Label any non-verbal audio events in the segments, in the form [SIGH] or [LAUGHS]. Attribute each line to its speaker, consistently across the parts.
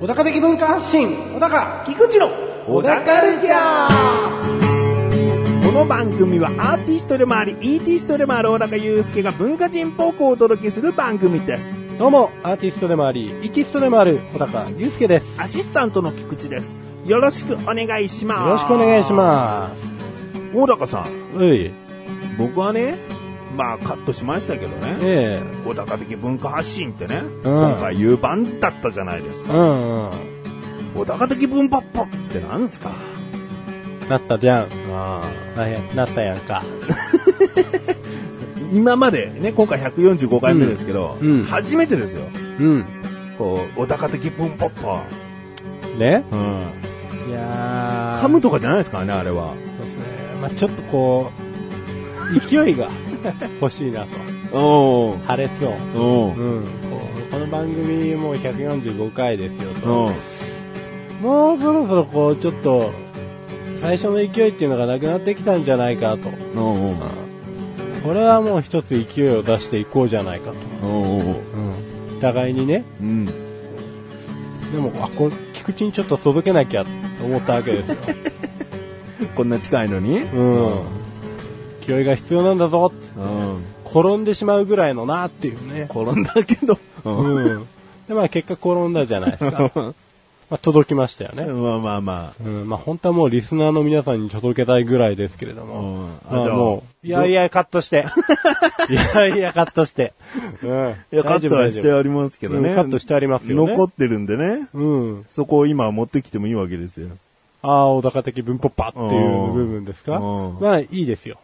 Speaker 1: 小高的文化発信小高菊池の
Speaker 2: 小高
Speaker 1: ルチャー
Speaker 2: この番組はアーティストでもあり、イーティストでもある小高祐介が文化人っぽくお届けする番組です。
Speaker 1: どうもアーティストでもありイキストでもある小高祐介ですよ
Speaker 2: アシスタントの菊池です。よろしくお願いします。。
Speaker 1: ろしくお願いします
Speaker 2: 小高さん、
Speaker 1: すはい
Speaker 2: 僕はね、まあカットしましたけどね、
Speaker 1: え
Speaker 2: 小高的文化発信ってね、今回 U 版だったじゃないです
Speaker 1: え
Speaker 2: か。
Speaker 1: うんう
Speaker 2: 小高的文化っぽってなんすか
Speaker 1: んなったじゃん
Speaker 2: あ
Speaker 1: なやなったやんか
Speaker 2: 今までね、今回145回目ですけど、
Speaker 1: うんうん
Speaker 2: 初めてですよ。
Speaker 1: うん
Speaker 2: こう、小高的文化っぽ。
Speaker 1: ね
Speaker 2: うん。
Speaker 1: いやー
Speaker 2: ハムとかじゃないですからね、あれは。
Speaker 1: そうですねまあちょっとこう勢 [LAUGHS] いが欲しいなと
Speaker 2: おう
Speaker 1: 破裂音
Speaker 2: お
Speaker 1: う
Speaker 2: うん
Speaker 1: こうこの番組もう145回ですよと
Speaker 2: おう
Speaker 1: もうそろそろこうちょっと最初の勢いっていうのがなくなってきたんじゃないかと
Speaker 2: おう
Speaker 1: これはもう一つ勢いを出していこうじゃないかと、
Speaker 2: おう
Speaker 1: うん、互いにね
Speaker 2: うん。
Speaker 1: でもあこ菊池にちょっと届けなきゃと思ったわけですよ、
Speaker 2: こんな近いの
Speaker 1: [LAUGHS]
Speaker 2: に
Speaker 1: うん、勢いが必要なんだぞ
Speaker 2: うん。
Speaker 1: 転んでしまうぐらいのなっていうね、
Speaker 2: 転んだけど。うん。
Speaker 1: うん、でまあ結果転んだじゃないです [LAUGHS] か、まあ、届きましたよね、
Speaker 2: まあまあま
Speaker 1: うん、まあ本当はもうリスナーの皆さんに届けたいぐらいですけれど
Speaker 2: あ。う
Speaker 1: も。
Speaker 2: ん。
Speaker 1: まあもう、いやいや、カット
Speaker 2: [LAUGHS]
Speaker 1: して。いやいや、カットして。うん。
Speaker 2: いや、カットはして
Speaker 1: る
Speaker 2: ありますけどね。
Speaker 1: カットしてありますよね。
Speaker 2: 残ってるんでね。
Speaker 1: うん。
Speaker 2: そこを今持ってきてもいいわけですよ。
Speaker 1: ああ、小高的文法パっていう部分ですか
Speaker 2: うん
Speaker 1: まあいいですよ。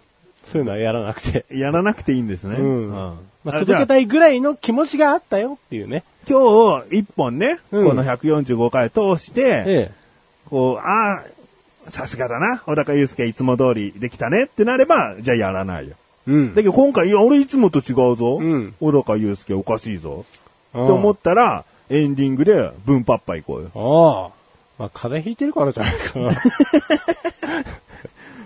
Speaker 1: そういうのはやらなくて。
Speaker 2: やらなくていいんですね。
Speaker 1: うん。
Speaker 2: あ
Speaker 1: まあ
Speaker 2: じ
Speaker 1: 届
Speaker 2: ゃあ
Speaker 1: けたいぐらいの気持ちがあったよっていうね。
Speaker 2: 今日、一本ね、
Speaker 1: うん
Speaker 2: この145回通して、
Speaker 1: え
Speaker 2: こう、ああ、さすがだな、小高祐介いつも通りできたねってなれば、じゃあやらないよ。
Speaker 1: え。うん。
Speaker 2: だけど今回、いや、俺いつもと違うぞ。
Speaker 1: うん
Speaker 2: 小高祐介おかしいぞ。
Speaker 1: うん
Speaker 2: って思ったら、エンディングで、分パッパ行こう
Speaker 1: あ
Speaker 2: よ。
Speaker 1: あ。まあ風邪ひいてるからじゃないか
Speaker 2: [LAUGHS]
Speaker 1: な。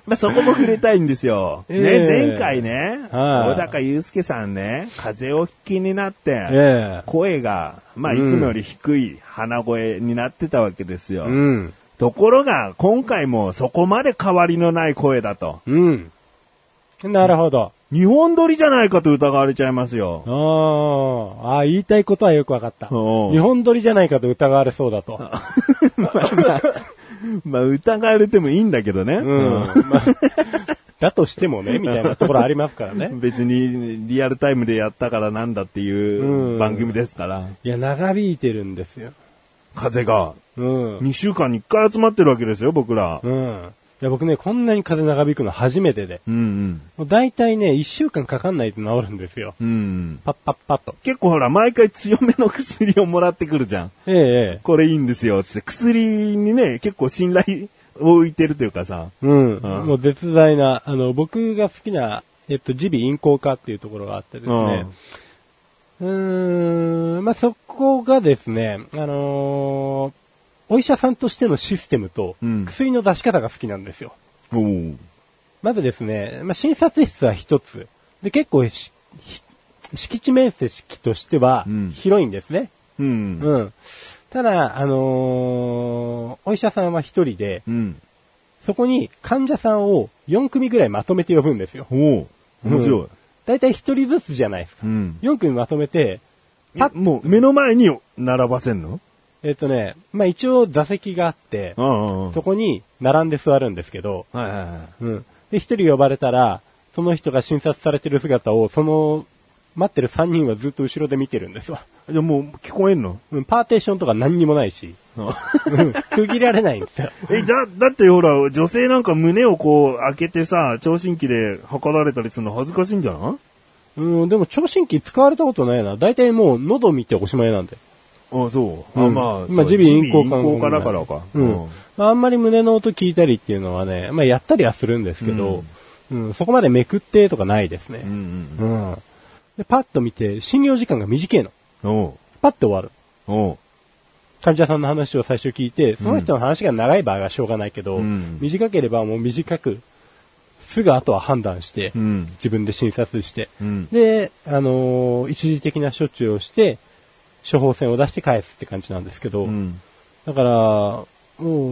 Speaker 2: まあ、そこも触れたいんですよ。 [LAUGHS] ね、
Speaker 1: ええ
Speaker 2: 前回ね、
Speaker 1: はい
Speaker 2: 小高祐介さんね、風邪を引きになって、
Speaker 1: ええ。
Speaker 2: 声が、まあ、いつもより低い鼻声になってたわけですよ。
Speaker 1: うん。
Speaker 2: ところが、今回もそこまで変わりのない声だと。
Speaker 1: うん。なるほど。
Speaker 2: 日本撮りじゃないかと疑われちゃいますよ。
Speaker 1: ああ、ああ言いたいことはよくわかった。
Speaker 2: おう
Speaker 1: 日本撮りじゃないかと疑われそうだと。 [LAUGHS]
Speaker 2: まあ、疑われてもいいんだけどね。
Speaker 1: うん。まあ、だとしても [LAUGHS] ね、みたいなところありますからね。
Speaker 2: [LAUGHS] 別にリアルタイムでやったからなんだっていううん番組ですから、
Speaker 1: いや、長引いてるんですよ。
Speaker 2: 風が
Speaker 1: うん。
Speaker 2: 2週間に1回集まってるわけですよ、僕ら。
Speaker 1: うん。いや、僕ね、こんなに風長引くの初めてで。
Speaker 2: うん
Speaker 1: もう大体ね、一週間かかんないと治るんですよ。
Speaker 2: うん。うん。
Speaker 1: パッパッパッと。
Speaker 2: 結構ほら、毎回強めの薬をもらってくるじゃん。
Speaker 1: ええええ。
Speaker 2: これいいんですよ、つって。薬にね、結構信頼を置いてるというかさ。
Speaker 1: うん。
Speaker 2: うん
Speaker 1: もう絶大な、あの、僕が好きな、えっと、耳鼻咽喉科っていうところがあってですね。うーん、まあ、そこがですね、あのーお医者さんとしてのシステムと
Speaker 2: うん、
Speaker 1: 薬の出し方が好きなんですよ。
Speaker 2: おう
Speaker 1: まずですね、まあ、診察室は一つ。で、結構しひ敷地面積としては
Speaker 2: うん、
Speaker 1: 広いんですね。
Speaker 2: うん。
Speaker 1: うん。ただ、あのーお医者さんは一人で、
Speaker 2: うん。
Speaker 1: そこに患者さんを4組ぐらいまとめて呼ぶんですよ。
Speaker 2: おう面白い。
Speaker 1: だいたい一人ずつじゃないですか。
Speaker 2: うん。
Speaker 1: 4組まとめて、
Speaker 2: あ、もう目の前に並ばせんの
Speaker 1: えっ、とね、まあ一応座席があって、
Speaker 2: ん
Speaker 1: そこに並んで座るんですけど、
Speaker 2: はいはいは
Speaker 1: う
Speaker 2: い。
Speaker 1: ん。で、一人呼ばれたら、その人が診察されてる姿を、その、待ってる3人はずっと後ろで見てるんですわ。
Speaker 2: じゃあもう聞こえん [LAUGHS] の
Speaker 1: うん、パーテーションとか何にもないし、うん、区切られないんですよ。
Speaker 2: え、じゃ、だってほら、女性なんか胸をこう開けてさ、聴診器で測られたりするの恥ずかしいんじゃない
Speaker 1: うん、でも聴診器使われたことないな。大体もう喉見ておしまいなんで。
Speaker 2: あそう。
Speaker 1: うんまあ、耳鼻咽喉科の
Speaker 2: だからか。
Speaker 1: うん。まあ、あんまり胸の音聞いたりっていうのはね、まあ、やったりはするんですけど、うん、そこまでめくってとかないです
Speaker 2: うんう
Speaker 1: ね。
Speaker 2: ん。
Speaker 1: うん。で、パッと見て、診療時間が短いの。
Speaker 2: おう
Speaker 1: パッと終わる。
Speaker 2: おう
Speaker 1: 患者さんの話を最初聞いて、その人の話が長い場合はしょうがないけど、
Speaker 2: うん
Speaker 1: 短ければもう短く、すぐ後は判断して、
Speaker 2: うん
Speaker 1: 自分で診察して、
Speaker 2: うん
Speaker 1: で、あのー一時的な処置をして、処方箋を出して返すって感じなんですけど、
Speaker 2: うん。
Speaker 1: だから、も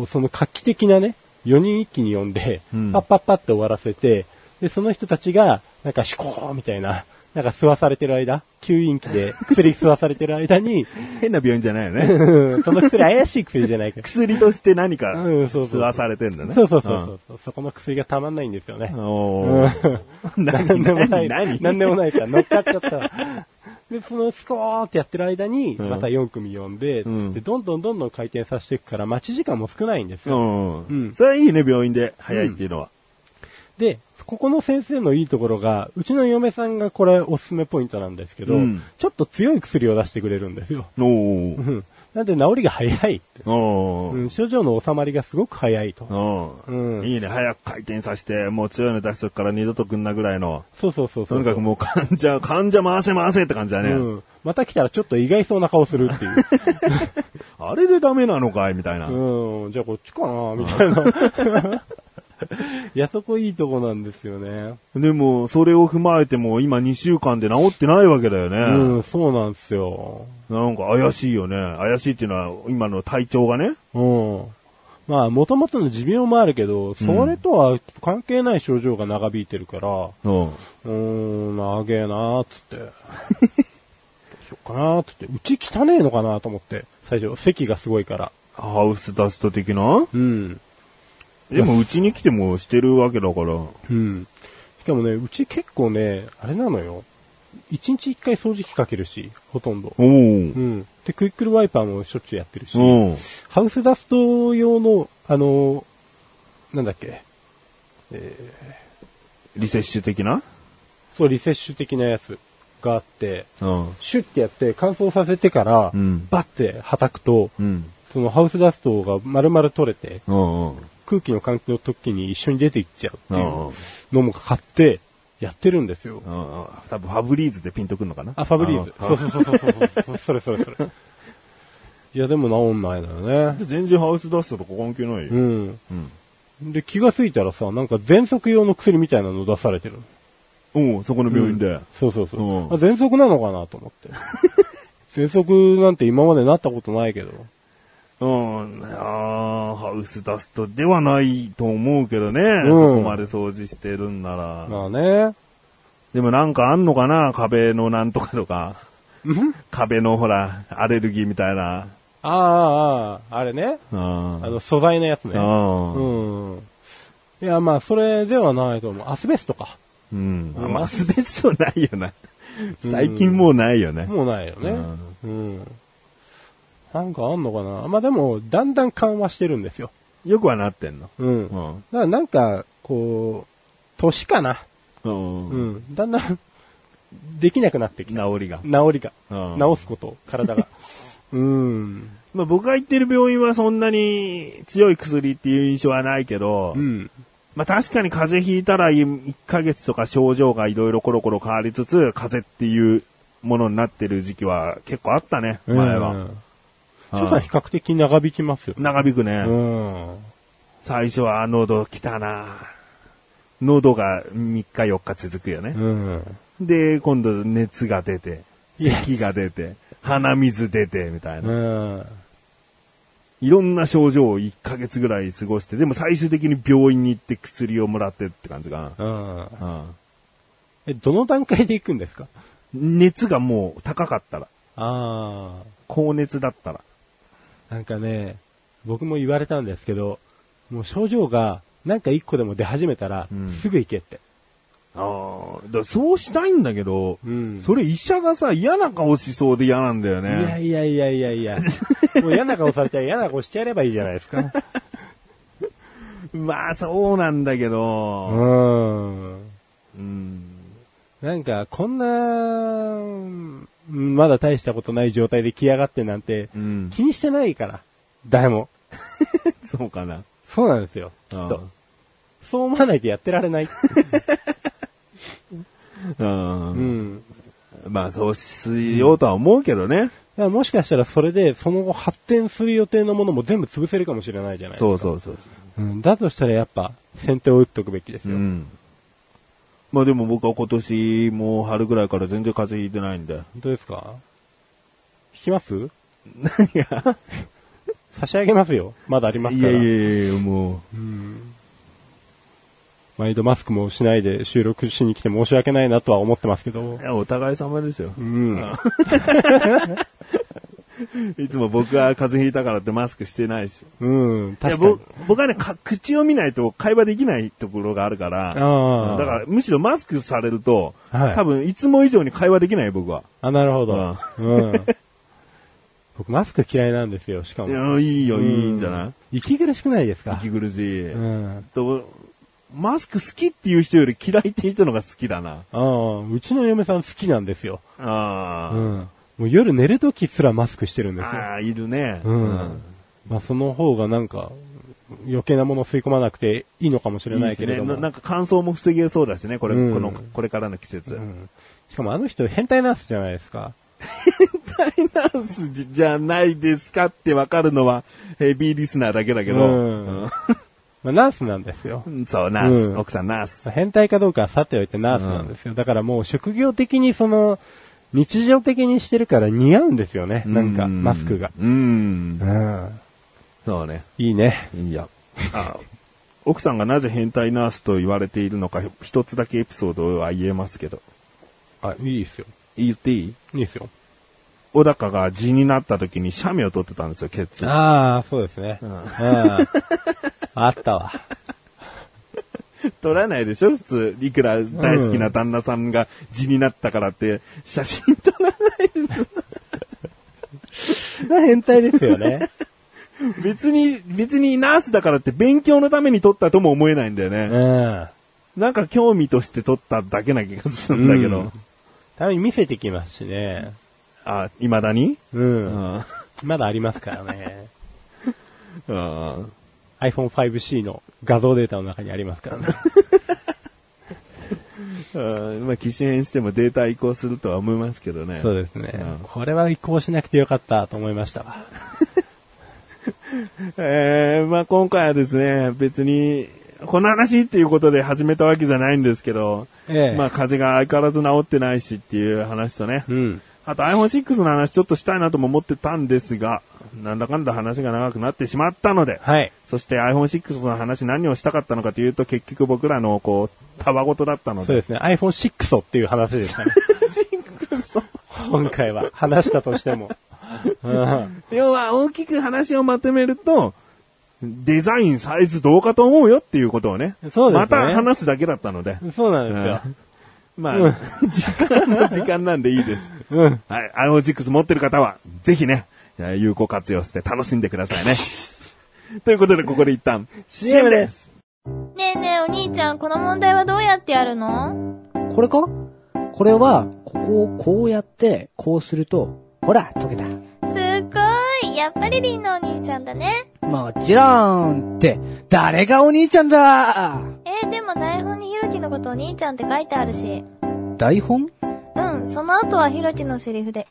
Speaker 1: うその画期的なね、4人一気に呼んで、
Speaker 2: うん
Speaker 1: パッパッパって終わらせて、で、その人たちが、なんか、シコーみたいな、なんか吸わされてる間、吸引器で薬吸わされてる間に、
Speaker 2: 変な病院じゃないよね。 [LAUGHS]
Speaker 1: うんその薬怪しい薬じゃないから。
Speaker 2: 薬として何か
Speaker 1: うんそう
Speaker 2: 吸
Speaker 1: そう
Speaker 2: わされてんだね。
Speaker 1: そうそうそうそう。そこの薬がたまんないんですよね
Speaker 2: うん。。おー。
Speaker 1: 何でもない。
Speaker 2: 何
Speaker 1: 何でもないから乗っかっちゃったわ。で、そのスコーってやってる間に、
Speaker 2: うん
Speaker 1: また4組呼んで、
Speaker 2: うん
Speaker 1: でどんどんどんどん回転させていくから、待ち時間も少ないんですよ。
Speaker 2: う。
Speaker 1: うんん
Speaker 2: それはいいね、病院で早いっていうのは。
Speaker 1: で、ここの先生のいいところが、うちの嫁さんがこれおすすめポイントなんですけど、
Speaker 2: うん
Speaker 1: ちょっと強い薬を出してくれるんですよ。
Speaker 2: お
Speaker 1: う
Speaker 2: ー。
Speaker 1: んなんで治りが早いって、
Speaker 2: お
Speaker 1: う
Speaker 2: ー
Speaker 1: ん症状の収まりがすごく早いと。
Speaker 2: う。
Speaker 1: うんん
Speaker 2: いいね、早く回転させて、もう強いの出しとくから二度とくんなぐらいの。
Speaker 1: そうそうそうそ
Speaker 2: と
Speaker 1: う。
Speaker 2: にかくもう患者、 [LAUGHS] 患者回せ回せって感じだ
Speaker 1: う
Speaker 2: ね。
Speaker 1: ん。また来たらちょっと意外そうな顔する
Speaker 2: [LAUGHS]
Speaker 1: っていう。
Speaker 2: あれでダメなのかいみたいな。
Speaker 1: うん、じゃあこっちかなみたいな。
Speaker 2: [LAUGHS]
Speaker 1: いや、そこいいとこなんですよね。
Speaker 2: でも、それを踏まえても、今2週間で治ってないわけだよね。
Speaker 1: うん、そうなんですよ。
Speaker 2: なんか怪しいよね。怪しいっていうのは、今の体調がね。
Speaker 1: うん。まあ、もともとの持病もあるけど、それとは関係ない症状が長引いてるから、
Speaker 2: うん。
Speaker 1: うーん、長えなーっつって。どうしよっかなーっつって。うち汚ねえのかなと思って。最初、席がすごいから。
Speaker 2: ハウスダスト的な
Speaker 1: うん。
Speaker 2: でも、うちに来てもしてるわけだから。
Speaker 1: うん。しかもね、うち結構ね、あれなのよ。一日一回掃除機かけるし、ほとんど。
Speaker 2: お
Speaker 1: う。
Speaker 2: うん
Speaker 1: で、クイックルワイパーもしょっちゅうやってるし、
Speaker 2: うん。
Speaker 1: ハウスダスト用の、あの、なんだっけ、
Speaker 2: リセッシュ的な
Speaker 1: そう、リセッシュ的なやつがあって、
Speaker 2: うん。
Speaker 1: シュッてやって乾燥させてから、
Speaker 2: うん
Speaker 1: バッて叩くと、
Speaker 2: うん。
Speaker 1: そのハウスダストが丸々取れて、
Speaker 2: うんうん。
Speaker 1: 空気の換気の時に一緒に出ていっちゃうって
Speaker 2: う
Speaker 1: い
Speaker 2: んうん
Speaker 1: う。のも買って、やってるんですよ。
Speaker 2: 多分ファブリーズでピンとくんのかな
Speaker 1: あ、ファブリーズ。
Speaker 2: うん
Speaker 1: そうそうそうそうそう。それそれそれ。いや、でも治んないのよね。
Speaker 2: 全然ハウスダストとか関係ないよ。
Speaker 1: うん。
Speaker 2: うん。
Speaker 1: で、気がついたらさ、なんか喘息用の薬みたいなの出されてる。
Speaker 2: うん、そこの病院で。
Speaker 1: そうそうそう
Speaker 2: うん。
Speaker 1: あ、喘息なのかなと思って。
Speaker 2: [LAUGHS]
Speaker 1: 喘息なんて今までなったことないけど。
Speaker 2: うん、あーハウスダストではないと思うけどね。
Speaker 1: ん
Speaker 2: そこまで掃除してるんなら。
Speaker 1: まあね。
Speaker 2: でもなんかあんのかな壁のなんとかとか。壁のほら、アレルギーみたいな。
Speaker 1: ああ、ああ、あれね。
Speaker 2: うん。
Speaker 1: あの、素材のやつね。
Speaker 2: う
Speaker 1: うん。いや、まあ、それではないと思う。アスベストか。
Speaker 2: ん。
Speaker 1: うん
Speaker 2: まあアスベストないよな。最近もうないよね。
Speaker 1: もうないよね。うん。なんかあんのかなまあでも、だんだん緩和してるんですよ。
Speaker 2: よくはなってんの。
Speaker 1: うん。だからなんか、こう、年かな。
Speaker 2: う
Speaker 1: う
Speaker 2: ん。うん。
Speaker 1: ん。だんだん、 [LAUGHS] できなくなってきた。
Speaker 2: 治りが。
Speaker 1: 治りが。
Speaker 2: うん
Speaker 1: 治すこと、体 [LAUGHS] が。うん。
Speaker 2: まあ僕が行ってる病院はそんなに強い薬っていう印象はないけど、
Speaker 1: うん。
Speaker 2: まあ確かに風邪ひいたら1ヶ月とか症状がいろいろコロコロ変わりつつ、風邪っていうものになってる時期は結構あったね、前
Speaker 1: う
Speaker 2: は。
Speaker 1: ん。
Speaker 2: う
Speaker 1: 翔
Speaker 2: ん
Speaker 1: さん比較的長引きますよ。
Speaker 2: 長引くね。
Speaker 1: うん。
Speaker 2: 最初は喉来たな喉が3日4日続くよね
Speaker 1: う。ん。
Speaker 2: で、今度熱が出て、
Speaker 1: いや
Speaker 2: 咳が出て、鼻水出て、みたいうな。
Speaker 1: ん。
Speaker 2: いろんな症状を1ヶ月ぐらい過ごして、でも最終的に病院に行って薬をもらってって感じか
Speaker 1: うん。
Speaker 2: な。
Speaker 1: え、どの段階で行くんですか
Speaker 2: うん。熱がもう高かったら、
Speaker 1: あ
Speaker 2: 高熱だったら。
Speaker 1: あ。なんかね、僕も言われたんですけど、もう症状が、なんか一個でも出始めたら、
Speaker 2: うん
Speaker 1: すぐ行けって。
Speaker 2: ああ、だからそうしたいんだけど、
Speaker 1: うん
Speaker 2: それ医者がさ、嫌な顔しそうで嫌なんだよ
Speaker 1: いや
Speaker 2: ね。
Speaker 1: いやいやいや
Speaker 2: [LAUGHS]
Speaker 1: いや。もう嫌な顔されちゃう嫌な顔してやればいいじゃないですか。
Speaker 2: まあそうなんだけ [LAUGHS] ど、
Speaker 1: うん。
Speaker 2: うん
Speaker 1: なんか、こんな、うんまだ大したことない状態で来やがってなんて、
Speaker 2: うん
Speaker 1: 気にしてないから。誰も。
Speaker 2: そうかな。
Speaker 1: そうなんですよ。きっと。そう思わないとやってられない。
Speaker 2: うん。
Speaker 1: うん。
Speaker 2: まあ、そうしようとは思うけどね。
Speaker 1: いだからもしかしたらそれで、その後発展する予定のものも全部潰せるかもしれないじゃないですか。
Speaker 2: そうそうそう。
Speaker 1: うん、だとしたらやっぱ、先手を打っとくべきです
Speaker 2: う
Speaker 1: よ。
Speaker 2: ん。まあでも僕は今年もう春ぐらいから全然風邪ひいてないんで。
Speaker 1: 本当ですか引きます
Speaker 2: 何が
Speaker 1: [LAUGHS] 差し上げますよ。まだあります
Speaker 2: い
Speaker 1: か
Speaker 2: や
Speaker 1: ら。
Speaker 2: いやいや、もう。
Speaker 1: 毎度マスクもしないで収録しに来て申し訳ないなとは思ってますけど
Speaker 2: い。や、お互い様ですよ
Speaker 1: う。ん。
Speaker 2: いつも僕は風邪ひいたからってマスクしてないし。
Speaker 1: うん。
Speaker 2: いや、
Speaker 1: 確かに
Speaker 2: ぼ。僕はねか口を見ないと会話できないところがあるから、だ
Speaker 1: ああ
Speaker 2: からむしろマスクされると、
Speaker 1: はい
Speaker 2: 多分いつも以上に会話できない僕は。
Speaker 1: あ、なるほど。うん。僕マスク嫌いなんですよ、しか
Speaker 2: い
Speaker 1: も。
Speaker 2: や、いいよ、
Speaker 1: うん
Speaker 2: いいんじゃない
Speaker 1: 息苦しくないですか
Speaker 2: 息苦しい。
Speaker 1: うん。
Speaker 2: とマスク好きっていう人より嫌いっていう人のが好きだな。
Speaker 1: ああ、うちの嫁さん好きなんですよ。
Speaker 2: あ
Speaker 1: う
Speaker 2: あ、
Speaker 1: ん。もう夜寝るときすらマスクしてるんですよ。
Speaker 2: ああ、いるね。
Speaker 1: うん。まあその方がなんか、余計なものを吸い込まなくていいのかもし
Speaker 2: い
Speaker 1: れ
Speaker 2: い
Speaker 1: な
Speaker 2: で
Speaker 1: い
Speaker 2: す
Speaker 1: けれ
Speaker 2: ね。
Speaker 1: ども。
Speaker 2: ななんか乾燥も防げそうだしね、これ、
Speaker 1: うん
Speaker 2: この、これからの季節。 [LAUGHS]
Speaker 1: うんしかもあの人変態ナースじゃないですか。
Speaker 2: ダイナンスじじゃないですかってわかるのは、ヘビーリスナーだけだけど、
Speaker 1: うんまあナースなんですよ
Speaker 2: う。んそう、ナース、
Speaker 1: うん
Speaker 2: 奥さんナース。
Speaker 1: 変態かどうかはさておいてナースなんですよ。だからもう職業的にその、日常的にしてるから似合うんですよね。なんか、
Speaker 2: う
Speaker 1: マスクが。。
Speaker 2: うん
Speaker 1: う。ん。
Speaker 2: そうね。
Speaker 1: いいね。
Speaker 2: いや。あ奥さんがなぜ変態ナースと言われているのか、一つだけエピソードは言えますけど。
Speaker 1: あ、いいですよ。
Speaker 2: 言っていい
Speaker 1: いいですよ。
Speaker 2: 小高が地になった時にシャメを取ってたんですよ、ケツ。
Speaker 1: ああ、そうですね。うん [LAUGHS] ん。あったわ。
Speaker 2: 取らないでしょ、普通。いくら大好きな旦那さんが地になったからって、写真撮ら
Speaker 1: 変態ですよね。
Speaker 2: 別に、別にナースだからって勉強のために撮ったとも思えないんだよ
Speaker 1: う
Speaker 2: ね。
Speaker 1: ん。
Speaker 2: なんか興味として撮っただけな気がするんだけど。
Speaker 1: うんたまに見せてきますしね。
Speaker 2: あ、未だに
Speaker 1: うん。
Speaker 2: あ
Speaker 1: まだありますからね。
Speaker 2: あ
Speaker 1: iPhone5C の画像データの中にありますからね。
Speaker 2: まあ、機種変してもデータ移行するとは思いますけどね。
Speaker 1: [LAUGHS] そうですね
Speaker 2: うん。
Speaker 1: これは移行しなくてよかったと思いましたわ。
Speaker 2: えーまあ今回はですね、別に、この話っていうことで始めたわけじゃないんですけど、
Speaker 1: ええ
Speaker 2: まあ風邪が相変わらず治ってないしっていう話とね、
Speaker 1: うん。
Speaker 2: あと iPhone6 の話ちょっとしたいなとも思ってたんですが、なんだかんだ話が長くなってしまったので、
Speaker 1: はい。
Speaker 2: そして iPhone6 の話何をしたかったのかというと結局僕らのこう、たわごとだったの
Speaker 1: そう
Speaker 2: で、
Speaker 1: ですね。iPhone6 をっていう話で [LAUGHS] したね。今回は話したとしても。うん
Speaker 2: [LAUGHS] 要は大きく話をまとめると、デザイン、サイズどうかと思うよっていうことをね。
Speaker 1: そうですね
Speaker 2: また話すだけだったので。
Speaker 1: そうなんですよ。
Speaker 2: まあ、 [LAUGHS] 時間の時間なんでいいです。
Speaker 1: うん。
Speaker 2: はい、iPhone6 持ってる方は、ぜひね、えー有効活用して楽しんでくださいね。ということで、ここで一旦、CM です。
Speaker 3: ねえねえお兄ちゃん、この問題はどうやってやるの
Speaker 4: これかこれは、ここをこうやって、こうすると、ほら、解けた。
Speaker 3: すっごいやっぱりりんのお兄ちゃんだね。
Speaker 4: もちろんって、誰がお兄ちゃんだ
Speaker 3: えー、でも台本にひろきのことお兄ちゃんって書いてあるし。
Speaker 4: 台本
Speaker 3: うん、その後はひろきのセリフで、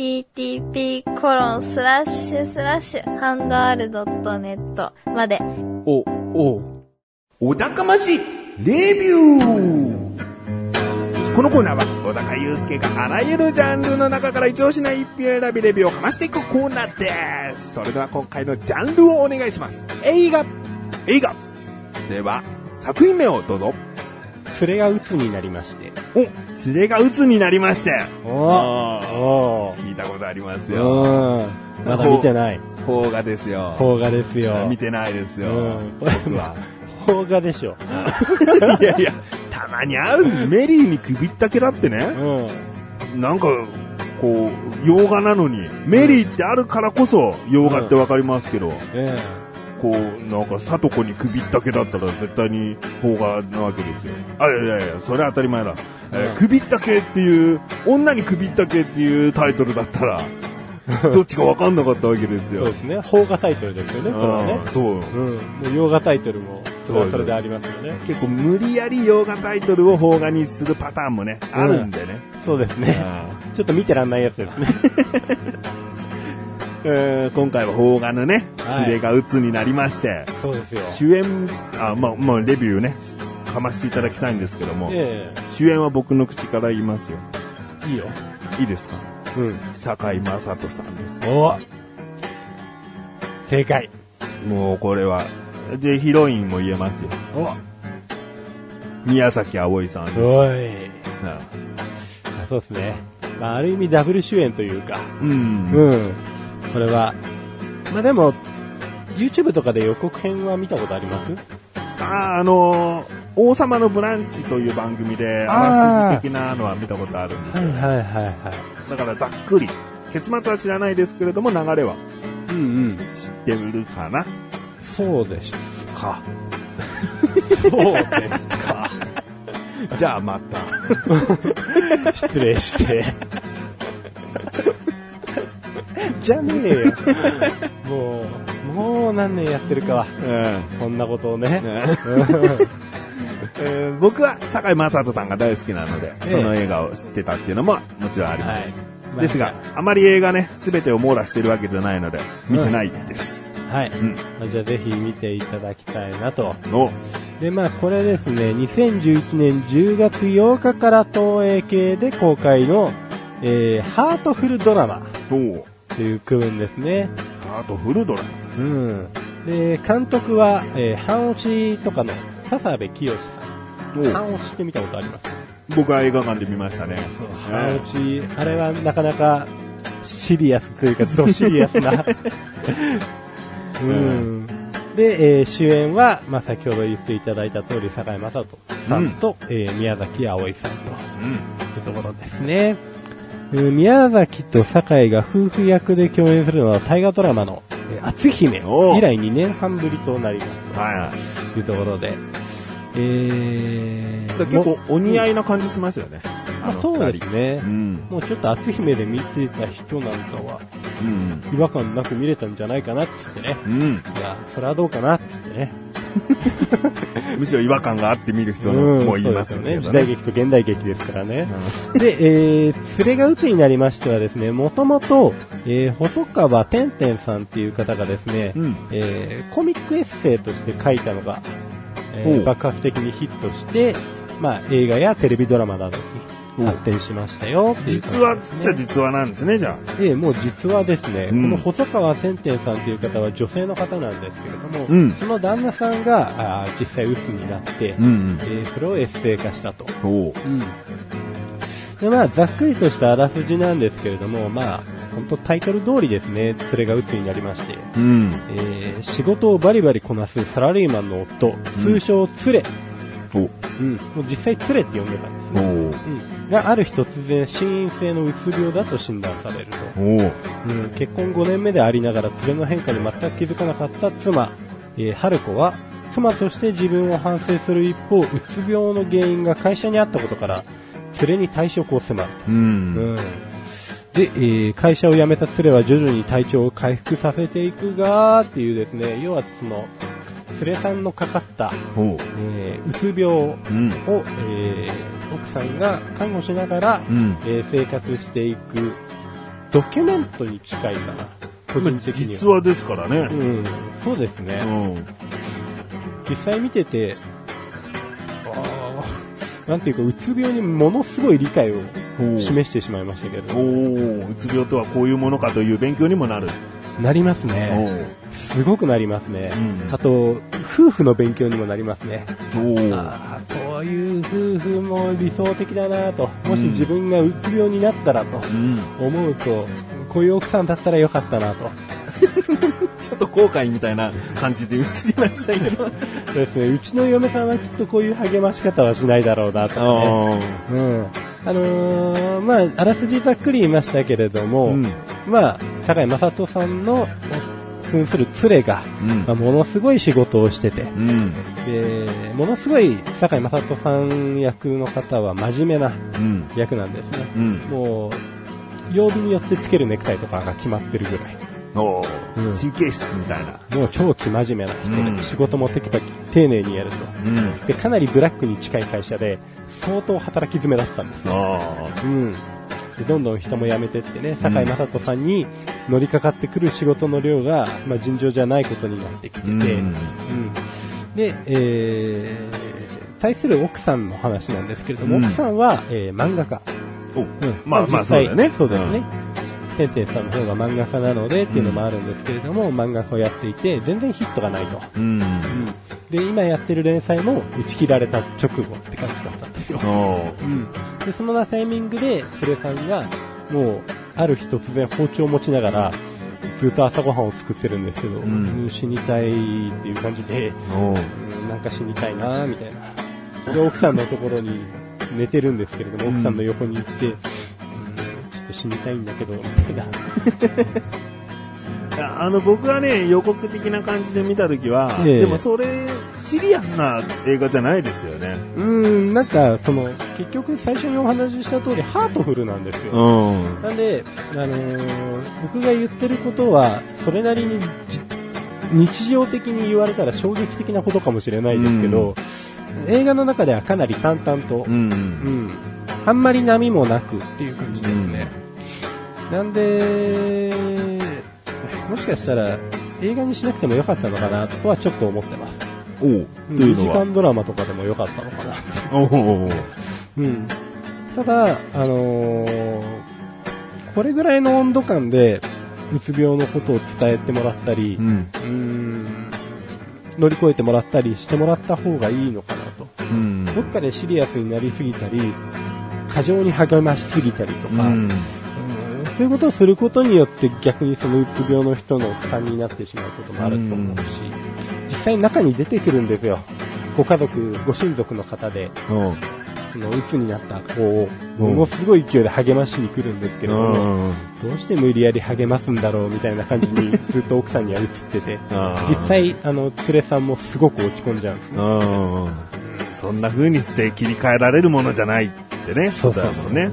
Speaker 3: http コロンスラッシュスラッシュハンドアルドットネットまで。
Speaker 4: お、お。
Speaker 2: お高まし、レビューこのコーナーは、小高祐介があらゆるジャンルの中から一押しな一品を選びレビューをかましていくコーナーです。それでは今回のジャンルをお願いします。
Speaker 4: 映画
Speaker 2: 映画。では、作品名をどうぞ。
Speaker 1: それが鬱になりまして。
Speaker 2: お、連れが鬱になりまして。
Speaker 1: お
Speaker 2: あ
Speaker 1: お
Speaker 2: ー聞いたことあります
Speaker 1: うん。
Speaker 2: よ。
Speaker 1: まだ見てない。
Speaker 2: 邦画ですよ。
Speaker 1: 邦画ですよ
Speaker 2: 見。てないですよ。
Speaker 1: うん
Speaker 2: 僕は。
Speaker 1: 邦画でし [LAUGHS] ょ。
Speaker 2: いやいや、たまにあるんです。メリーに首ったけだって
Speaker 1: う
Speaker 2: ね。
Speaker 1: ん。
Speaker 2: なんか、こう、洋画なのに、メリーってあるからこそ、洋画ってわかりますけど、
Speaker 1: え
Speaker 2: こう、なんか、さとこに首ったけだったら絶対に邦画なわけですよ。あ、いやいやいや、それは当たり前だ。えー
Speaker 1: うん
Speaker 2: 首ったけっていう、女に首ったけっていうタイトルだっ
Speaker 1: [LAUGHS]
Speaker 2: たら、どっちかわかんなかったわけです
Speaker 1: え
Speaker 2: よ。
Speaker 1: そうですね。邦画タイトルですよね、これはね
Speaker 2: うん。そう。
Speaker 1: うん。もう洋画タイトルも、それはそれでありますよね。
Speaker 2: 結構無理やり洋画タイトルを邦画に
Speaker 1: [LAUGHS]
Speaker 2: するパターンもね、あるんでね。
Speaker 1: そうですね。
Speaker 2: あ
Speaker 1: ちょっと見てらんないやつですね。
Speaker 2: ーえー今回は邦画のね、
Speaker 1: はい
Speaker 2: 連れが鬱になりまして、
Speaker 1: そうですよ。
Speaker 2: 主演、あ、まあ、まあ、レビューね、かましていただきたいんですけども、
Speaker 1: え
Speaker 2: 主演は僕の口から言いますよ。
Speaker 1: えいいよ。
Speaker 2: いいですか
Speaker 1: うん。
Speaker 2: 堺井雅人さんです。
Speaker 1: お正解。
Speaker 2: もうこれは、で、ヒロインも言えますよ。
Speaker 1: お
Speaker 2: 宮崎あおいさんです。
Speaker 1: おい。あ
Speaker 2: は
Speaker 1: そうですね。まあ、ある意味ダブル主演というか。
Speaker 2: いうん。
Speaker 1: うん。これは。まあでも、YouTube とかで予告編は見たことあります
Speaker 2: あーあのー王様のブランチという番組で、
Speaker 1: あー
Speaker 2: あらすじ的なのは見たことあるんですよ。
Speaker 1: はいはいは
Speaker 2: だからざっくり。結末は知らないですけれども、流れは
Speaker 1: うんうん。
Speaker 2: 知ってるかな
Speaker 1: そうです。
Speaker 2: か。
Speaker 1: そうですか。
Speaker 2: じゃあまた。
Speaker 1: 失礼して。じゃねえよ。もう、もう何年やってるかは。こんなことをね。
Speaker 2: えー僕は堺井雅人さんが大好きなので、
Speaker 1: ええ
Speaker 2: その映画を知ってたっていうのももちろんあります。
Speaker 1: はい
Speaker 2: ですが、あまり映画ね、すべてを網羅してるわけじゃないので、見てないです。
Speaker 1: はい。
Speaker 2: うん。
Speaker 1: まあじゃあぜひ見ていただきたいなと。
Speaker 2: の、
Speaker 1: で、まあこれですね、2011年10月8日から東映系で公開の、えー、ハートフルドラマ
Speaker 2: そう、
Speaker 1: という区分ですね。
Speaker 2: ハートフルドラマ。
Speaker 1: うん。で、監督は、えー、半落ちとかの笹部清さん。
Speaker 2: おう
Speaker 1: 半落ちって見たことあります
Speaker 2: 僕は映画館で見ましたね。
Speaker 1: そう、
Speaker 2: え
Speaker 1: 半
Speaker 2: え
Speaker 1: 落ち、あれはなかなかシリアスというか、ドシリアス
Speaker 2: [LAUGHS]
Speaker 1: な。うん。で、えー主演は、まあ、先ほど言っていただいた通り、坂井正人さんと、えー宮崎葵さんというところですね。うん宮崎と坂井が夫婦役で共演するのは大河ドラマの、えー篤姫
Speaker 2: おう
Speaker 1: 以来2年半ぶりとなります
Speaker 2: うん。は
Speaker 1: というところで、えー
Speaker 2: い。だから結構お似合いな感じしますよね。
Speaker 1: まあ、
Speaker 2: あの
Speaker 1: そう
Speaker 2: 二
Speaker 1: で
Speaker 2: 人
Speaker 1: すね。
Speaker 2: うん。
Speaker 1: もうちょっと篤姫で見てた人なんかは、
Speaker 2: うん。
Speaker 1: 違和感なく見れたんじゃないかなっつってね。
Speaker 2: うん。
Speaker 1: いや、それはどうかなっつってね。
Speaker 2: むしろ違和感があって見る人
Speaker 1: うん
Speaker 2: もいます
Speaker 1: そう
Speaker 2: よ
Speaker 1: です
Speaker 2: ね。
Speaker 1: よ時代劇と現代劇ですからね。で、えー、連れが鬱になりましてはですね、もともと、えー、細川てんてんさんっていう方がですね、
Speaker 2: うん。
Speaker 1: えー、コミックエッセイとして書いたのが、え
Speaker 2: おう
Speaker 1: ー、爆発的にヒットして、まあ、映画やテレビドラマなどに発展しましたよっていう感
Speaker 2: 実
Speaker 1: じ
Speaker 2: は
Speaker 1: ですね、
Speaker 2: じゃあ実はなんですね、じゃ
Speaker 1: ええ、もう実はですね、
Speaker 2: うん
Speaker 1: この細川てんてんさんという方は女性の方なんですけれども、
Speaker 2: うん
Speaker 1: その旦那さんがあー実際鬱になって、
Speaker 2: あ。ん
Speaker 1: えーそれをエッセイ化したと。
Speaker 2: うん。おう。
Speaker 1: で、まあ、ざっくりとしたあらすじなんですけれども、まあ、本当タイトル通りですね、連れが鬱になりまして、
Speaker 2: うん。
Speaker 1: えー仕事をバリバリこなすサラリーマンの夫、通称連れ、
Speaker 2: おう。
Speaker 1: うん、もう実際連れって呼んでたんです
Speaker 2: お
Speaker 1: ね。
Speaker 2: う。
Speaker 1: うん、がある日突然、心因性のうつ病だと診断されると。
Speaker 2: おう。
Speaker 1: うん、結婚5年目でありながら連れの変化に全く気づかなかった妻、えー春子は妻として自分を反省する一方うつ病の原因が会社にあったことから連れに退職を迫る、
Speaker 2: う。
Speaker 1: うんん、で、えー会社を辞めた連れは徐々に体調を回復させていくがっていうですね要はその連れさんのかかった、
Speaker 2: おう。
Speaker 1: えーうつ病を、
Speaker 2: うん。
Speaker 1: えー奥さんが看護しながら
Speaker 2: うん。
Speaker 1: えー生活していくドキュメントに近いかな、個人的に
Speaker 2: 実
Speaker 1: は。
Speaker 2: はですから
Speaker 1: う
Speaker 2: ね。
Speaker 1: ん、そうですね。
Speaker 2: うん。
Speaker 1: 実際見てて、あーなんていうか、うつ病にものすごい理解を
Speaker 2: おう。
Speaker 1: 示してしまいましたけれど
Speaker 2: お
Speaker 1: も、
Speaker 2: う。うつ病とはこういうものかという勉強にもなる。
Speaker 1: なります
Speaker 2: お
Speaker 1: ね。すごくなりますね。
Speaker 2: うん
Speaker 1: あと、夫婦の勉強にもなりますね。
Speaker 2: う。おう。
Speaker 1: ああ、こういう夫婦も理想的だなと。もし自分がうつ病になったらと
Speaker 2: うん。
Speaker 1: 思うと、こういう奥さんだったらよかったなと。
Speaker 2: ちょっと後悔みたいな感じで映りましたけど。
Speaker 1: そうですね、うちの嫁さんはきっとこういう励まし方はしないだろうなとかね。うん。あのーまあ、あらすじざっくり言いましたけれども、
Speaker 2: うん。
Speaker 1: まあ、坂井正人さんの扮する連れが、
Speaker 2: うん
Speaker 1: まあ、ものすごい仕事をしてて、
Speaker 2: うん。
Speaker 1: で、ものすごい坂井正人さん役の方は真面目な
Speaker 2: うん。
Speaker 1: 役なんですね。
Speaker 2: うん。
Speaker 1: もう、曜日によってつけるネクタイとかが決まってるぐらい。
Speaker 2: おう
Speaker 1: うん
Speaker 2: 神経質みたいな。
Speaker 1: もう超生真面目な人で、
Speaker 2: うん
Speaker 1: 仕事もテキパキ丁寧にやると。
Speaker 2: うん。
Speaker 1: で、かなりブラックに近い会社で、相当働き詰めだったんですよ。
Speaker 2: あ
Speaker 1: うん。って、どんどん人も辞めてってね、堺井雅人さんに乗りかかってくる仕事の量が、まあ、尋常じゃないことになってきてて、
Speaker 2: うん
Speaker 1: うんで、えー対する奥さんの話なんですけれども、
Speaker 2: うん
Speaker 1: 奥さんは、えー漫画家。
Speaker 2: お
Speaker 1: うん
Speaker 2: まあまあ、
Speaker 1: 実
Speaker 2: そう
Speaker 1: 際
Speaker 2: だよね。
Speaker 1: そうですね。てんてんさんの方が漫画家なのでっていうのもあるんですけれども、漫画家をやっていて、全然ヒットがないと。
Speaker 2: うん。
Speaker 1: で、今やってる連載も打ち切られた直後って感じだったんですよ。
Speaker 2: お
Speaker 1: で、そのタイミングで、連れさんが、もう、ある日突然包丁を持ちながら、ずっと朝ごはんを作ってるんですけど、
Speaker 2: ん
Speaker 1: うん死にたいっていう感じで、
Speaker 2: お
Speaker 1: うんなんか死にたいなみたいな。で、奥さんのところに寝てるんですけれども、奥さんの横に行って、うんちょっと死にたいんだけど、みたいな。
Speaker 2: ああの、僕はね、予告的な感じで見たときは、
Speaker 1: ええ
Speaker 2: でもそれ、シリアスな映画じゃないですよね。
Speaker 1: うん、なんか、その、結局最初にお話しした通り、ハートフルなんですよ。
Speaker 2: ん。
Speaker 1: なんで、あのー僕が言ってることは、それなりにじ日常的に言われたら衝撃的なことかもしれないですけど、映画の中ではかなり淡々と、
Speaker 2: う
Speaker 1: うん
Speaker 2: ん。
Speaker 1: あんまり波もなくっていう感じですね。なんで、もしかしたら映画にしなくてもよかったのかなとはちょっと思ってます。
Speaker 2: おう。と
Speaker 1: うん
Speaker 2: い
Speaker 1: 2
Speaker 2: う
Speaker 1: 時
Speaker 2: のは。
Speaker 1: 間ドラマとかでもよかったのかなって
Speaker 2: おお。
Speaker 1: うん、ただ、あのーこれぐらいの温度感でうつ病のことを伝えてもらったり、
Speaker 2: ん。
Speaker 1: うーん乗り越えてもらったりしてもらった方がいいのかなと
Speaker 2: うん。
Speaker 1: どっかでシリアスになりすぎたり過剰に励ましすぎたりと
Speaker 2: う
Speaker 1: か、
Speaker 2: ん。
Speaker 1: そういうことをすることによって逆にそのうつ病の人の負担になってしまうこともあると思うし、実際中に出てくるんですよご家族ご親族の方で
Speaker 2: おう
Speaker 1: その鬱になった子をものすごい勢いで励ましに来るんですけれども、
Speaker 2: うん。
Speaker 1: どうして無理やり励ますんだろうみたいな感じ
Speaker 2: [LAUGHS]
Speaker 1: にずっと奥さんには映ってて、
Speaker 2: あー
Speaker 1: 実際、あの、連れさんもすごく落ち込んじゃうんですね。
Speaker 2: うん。そんな風にして切り替えられるものじゃないってね。
Speaker 1: そうそうそう
Speaker 2: だもんね。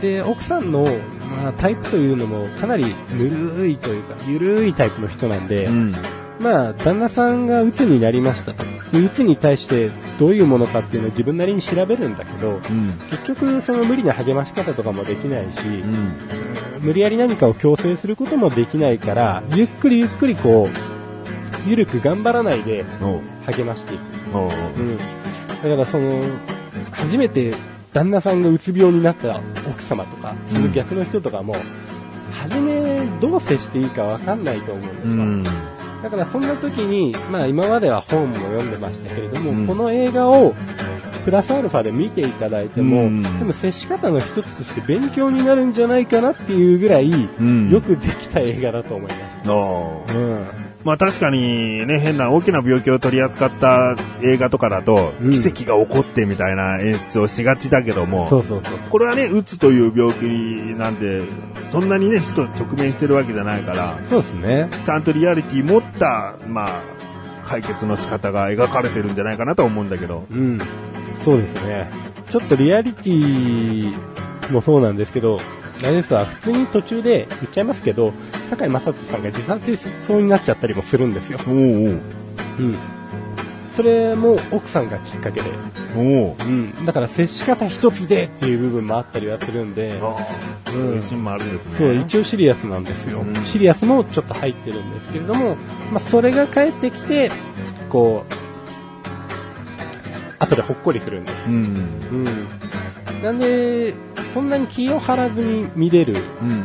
Speaker 1: で、奥さんの、まあ、タイプというのもかなりぬるいというか、ゆるいタイプの人なんで、
Speaker 2: ん。
Speaker 1: まあ、旦那さんが鬱になりましたと。で鬱に対してどういうものかっていうのを自分なりに調べるんだけど、
Speaker 2: うん。
Speaker 1: 結局、その無理な励まし方とかもできないし、
Speaker 2: うん。
Speaker 1: 無理やり何かを強制することもできないから、ゆっくりゆっくりこう、ゆるく頑張らないで
Speaker 2: おう。
Speaker 1: 励ましていく。
Speaker 2: お
Speaker 1: う
Speaker 2: う。
Speaker 1: ん。だからその、初めて旦那さんがうつ病になった奥様とか、その逆の人とかも、初めどう接していいかわかんないと思うんです
Speaker 2: う
Speaker 1: よ。
Speaker 2: ん。
Speaker 1: だからそんな時に、まあ今までは本も読んでましたけれども、
Speaker 2: うん
Speaker 1: この映画をプラスアルファで見ていただいても、
Speaker 2: うん
Speaker 1: 多分接し方の一つとして勉強になるんじゃないかなっていうぐらい、
Speaker 2: ん
Speaker 1: よくできた映画だと思いまし
Speaker 2: おう
Speaker 1: た。うん。
Speaker 2: まあ確かにね、変な大きな病気を取り扱った映画とかだと、
Speaker 1: うん
Speaker 2: 奇跡が起こってみたいな演出をしがちだけど
Speaker 1: そ
Speaker 2: も、
Speaker 1: うそうそう。
Speaker 2: これはね、うつという病気なんで、そんなにね、死と直面してるわけじゃないから、
Speaker 1: そうですね。
Speaker 2: ちゃんとリアリティ持った、まあ、解決の仕方が描かれてるんじゃないかなと思うんだけど。
Speaker 1: うん。そうですね。ちょっとリアリティもそうなんですけど、あれですわ、普通に途中で言っちゃいますけど、堺雅人さんが自殺しそうになっちゃったりもするんですよ。
Speaker 2: おう
Speaker 1: うん。それも奥さんがきっかけで。
Speaker 2: おう。おう。
Speaker 1: うん。だから接し方一つでっていう部分もあったりはするんで、
Speaker 2: ああ、そういうシーンもあるんですね。
Speaker 1: そう、一応シリアスなんですよ
Speaker 2: うん。
Speaker 1: シリアスもちょっと入ってるんですけれども、まあ、それが返ってきて、こう、後でほっこりするんで。
Speaker 2: うん。
Speaker 1: うん。なんで、そんなに気を張らずに見れる、
Speaker 2: うん。
Speaker 1: うん。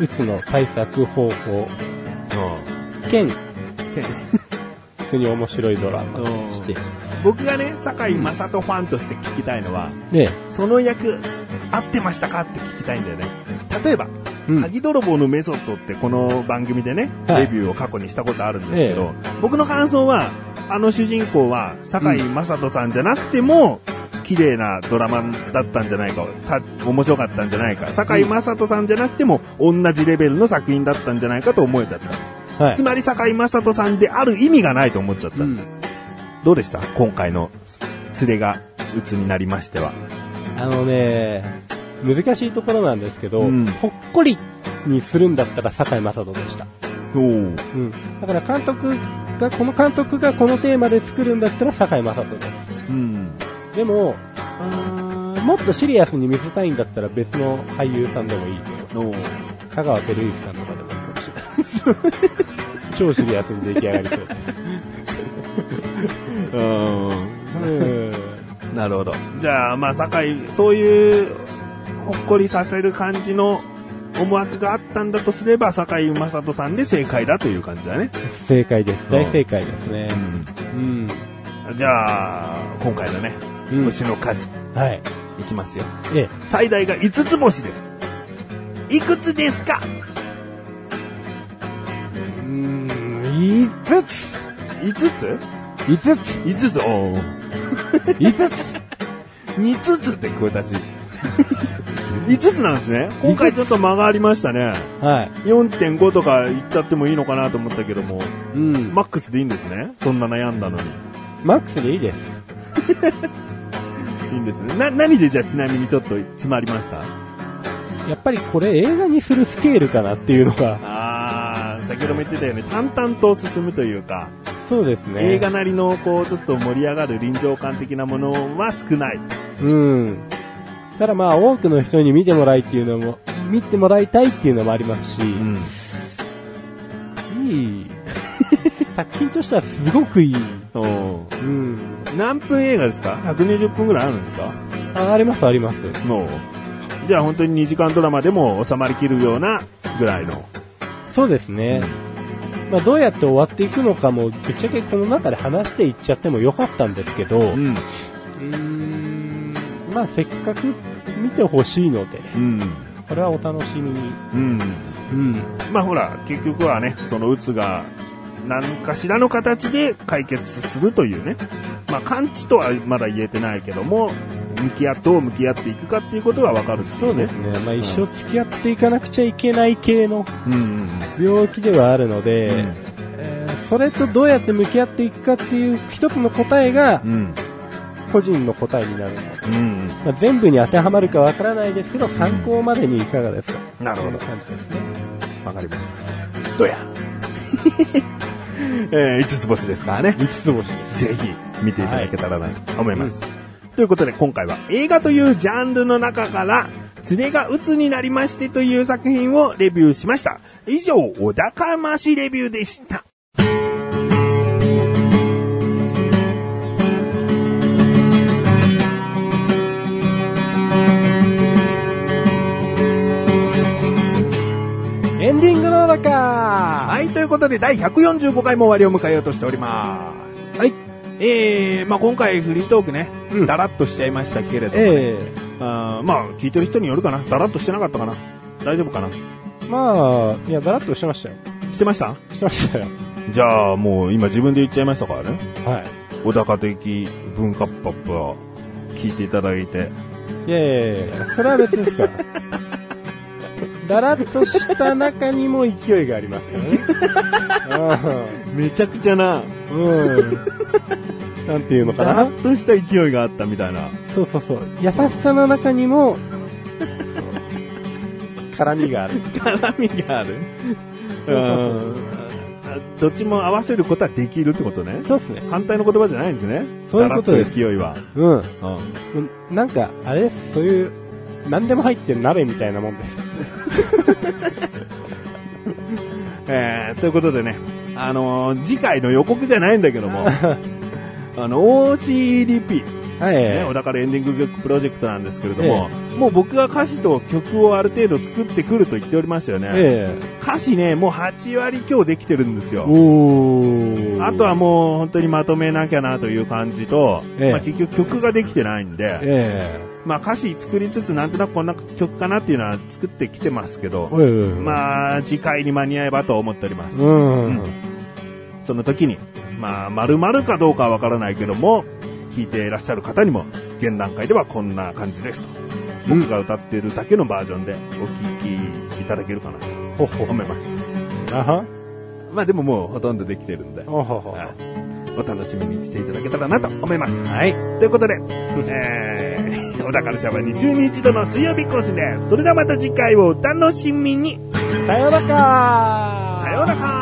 Speaker 1: うつの対策方法、兼、普通に面白いドラマとして。
Speaker 2: 僕がね、堺井雅人ファンとして聞きたいのは、
Speaker 1: で、
Speaker 2: その役、合ってましたかって聞きたいんだよね。例えば、
Speaker 1: うん
Speaker 2: 鍵泥棒のメソッドってこの番組でね、
Speaker 1: はい
Speaker 2: レビューを過去にしたことあるんですけど、僕の感想は、あの主人公は、堺井雅人さんじゃなくても、綺麗なドラマだったんじゃないか、た面白かったんじゃないか、堺井雅人さんじゃなくても、同じレベルの作品だったんじゃないかと思えちゃったんです。
Speaker 1: は
Speaker 2: つまり堺井雅人さんである意味がないと思っちゃったんです。どうでした今回の連れが鬱になりましては。
Speaker 1: あのね、難しいところなんですけど、
Speaker 2: うん
Speaker 1: ほっこりにするんだったら堺雅人でした。
Speaker 2: おー
Speaker 1: うん。だから監督が、この監督がこのテーマで作るんだったら堺雅人です。
Speaker 2: うん。
Speaker 1: でも、あーもっとシリアスに見せたいんだったら別の俳優さんでもいいけど、
Speaker 2: おう
Speaker 1: 香川照之さんとかでもいいかもしれないです。 [LAUGHS] 超シリアスに出来上がりそうです。
Speaker 2: うん。なるほど。じゃあ、まあ、酒井、そういう、ほっこりさせる感じの思惑があったんだとすれば、酒井正人さんで正解だという感じだね。
Speaker 1: 正解です。大正解ですね。うん。
Speaker 2: じゃあ、今回のね、
Speaker 1: うん
Speaker 2: 星の数、
Speaker 1: はい。
Speaker 2: いきますよ。
Speaker 1: ええ。
Speaker 2: 最大が5つ星です。いくつですか
Speaker 1: うーん、5つ
Speaker 2: ?5 つ
Speaker 1: !5 つ
Speaker 2: ?5 つおう
Speaker 1: !5 [LAUGHS] つ
Speaker 2: 2つつって聞こえた [LAUGHS] し。5つなんですね。今回ちょっと間がありましたね。
Speaker 1: はい。
Speaker 2: 4.5とか言っちゃってもいいのかなと思ったけども、
Speaker 1: うん。
Speaker 2: マックスでいいんですね。そんな悩んだのに。
Speaker 1: マックスでいいです。
Speaker 2: いいんですね。な、何でじゃあちなみにちょっと詰まりました
Speaker 1: やっぱりこれ映画にするスケールかなっていうのが、
Speaker 2: あー、先ほども言ってたよね、淡々と進むというか、
Speaker 1: そうですね。
Speaker 2: 映画なりの、こう、ちょっと盛り上がる臨場感的なものは少ない。
Speaker 1: うん。ただまあ多くの人に見てもらいっていうのも、見てもらいたいっていうのもありますし、
Speaker 2: うん。
Speaker 1: い [LAUGHS] い。作品としてはすごくいい。うん。
Speaker 2: 何分映画ですか ?120 分ぐらいあるんですか
Speaker 1: あ、ありますあります。
Speaker 2: の、じゃあ本当に2時間ドラマでも収まりきるようなぐらいの。
Speaker 1: そうですね。まあどうやって終わっていくのかも、ぶっちゃけこの中で話していっちゃってもよかったんですけど、
Speaker 2: ん。
Speaker 1: うん。まあせっかく見てほしいので、
Speaker 2: うん。
Speaker 1: これはお楽しみに。
Speaker 2: うん。
Speaker 1: うん。
Speaker 2: まあほら、結局はね、その鬱が何かしらの形で解決するというね。まあ完治とはまだ言えてないけども、向き合ってどう向き合っていくかっていうことはわかる
Speaker 1: そうです。ね。まあ一生付き合っていかなくちゃいけない系の
Speaker 2: うんうん
Speaker 1: 病気ではあるので、
Speaker 2: うん
Speaker 1: えーそれとどうやって向き合っていくかっていう一つの答えが
Speaker 2: うん。うん。
Speaker 1: 個人の答えになるので、
Speaker 2: うん。
Speaker 1: まあ、全部に当てはまるかわからないですけど、参考までにいかがですか
Speaker 2: なるほど
Speaker 1: という感じですね。
Speaker 2: わかります。どうや [LAUGHS] えー、5つ星ですからね。
Speaker 1: 五つ星です。
Speaker 2: ぜひ見ていただけたらなと思います。ということで今回は映画というジャンルの中から、爪が鬱になりましてという作品をレビューしました。以上、小高ましレビューでした。
Speaker 1: エンディングの中は
Speaker 2: はい、ということで第145回も終わりを迎えようとしております。
Speaker 1: い。
Speaker 2: えー、まあ今回フリートークね、
Speaker 1: うん
Speaker 2: だらっとしちゃいましたけれども、ね
Speaker 1: え
Speaker 2: あーまあ聞いてる人によるかな。だらっとしてなかったかな。大丈夫かな
Speaker 1: えまあ、いや、だらっとしてましたよ。
Speaker 2: してました
Speaker 1: してましたよ。
Speaker 2: じゃあもう今自分で言っちゃいましたからね。
Speaker 1: は
Speaker 2: 小高的文化ポップを聞いていただいて。
Speaker 1: い。いやいやいやいやそれは別です
Speaker 2: [LAUGHS]
Speaker 1: から。だらっとした中にも勢いがありますよ
Speaker 2: [LAUGHS]
Speaker 1: ね。うん
Speaker 2: めちゃくちゃな、
Speaker 1: うん。なんていうのか
Speaker 2: だら
Speaker 1: な
Speaker 2: っとした勢いがあったみたいな。
Speaker 1: そうそうそう。優しさの中にも、絡みがある。
Speaker 2: 絡みがあ [LAUGHS] る。
Speaker 1: そうそうそう
Speaker 2: うんどっちも合わせることはできるってことね。
Speaker 1: そうっすね。
Speaker 2: 反対の言葉じゃないんですね。
Speaker 1: そういうことです
Speaker 2: だらっと勢いは。
Speaker 1: うん。
Speaker 2: うん
Speaker 1: なんか、あれです。そういう、何でも入ってる鍋みたいなもんです。
Speaker 2: えーということでね、あのー次回の予告じゃないんだけ
Speaker 1: [LAUGHS]
Speaker 2: ども、あの、OCDP、
Speaker 1: はい。
Speaker 2: ね、小高でエンディング曲プロジェクトなんですけれども、もう僕が歌詞と曲をある程度作ってくると言っておりましたよね。
Speaker 1: え
Speaker 2: 歌詞ね、もう8割強できてるんです
Speaker 1: え
Speaker 2: よ。
Speaker 1: お
Speaker 2: あとは、もう本当にまとめなきゃなという感じと、
Speaker 1: ええ
Speaker 2: まあ、結局曲ができてないんで、
Speaker 1: え
Speaker 2: まあ歌詞作りつつなんとなくこんな曲かなっていうのは作ってきてますけ
Speaker 1: え
Speaker 2: ど、
Speaker 1: うん。
Speaker 2: まあ次回に間に合えばと思っております。
Speaker 1: うん。
Speaker 2: その時に、まあ、丸々かどうかはわからないけども、聞いていらっしゃる方にも、現段階ではこんな感じですと。
Speaker 1: うん
Speaker 2: 僕が歌ってるだけのバージョンでお聞きいただけるかな
Speaker 1: ほ
Speaker 2: と
Speaker 1: ほ。
Speaker 2: 思います。
Speaker 1: あは
Speaker 2: まあでももうほとんどできてるんで、
Speaker 1: ほほほ。
Speaker 2: はいお楽しみにしていただけたらなと思います。
Speaker 1: はい。
Speaker 2: ということで、えー、小高の茶は2週に一度の水曜日更新です。それではまた次回をお楽しみに。
Speaker 1: さようならか
Speaker 2: さようなら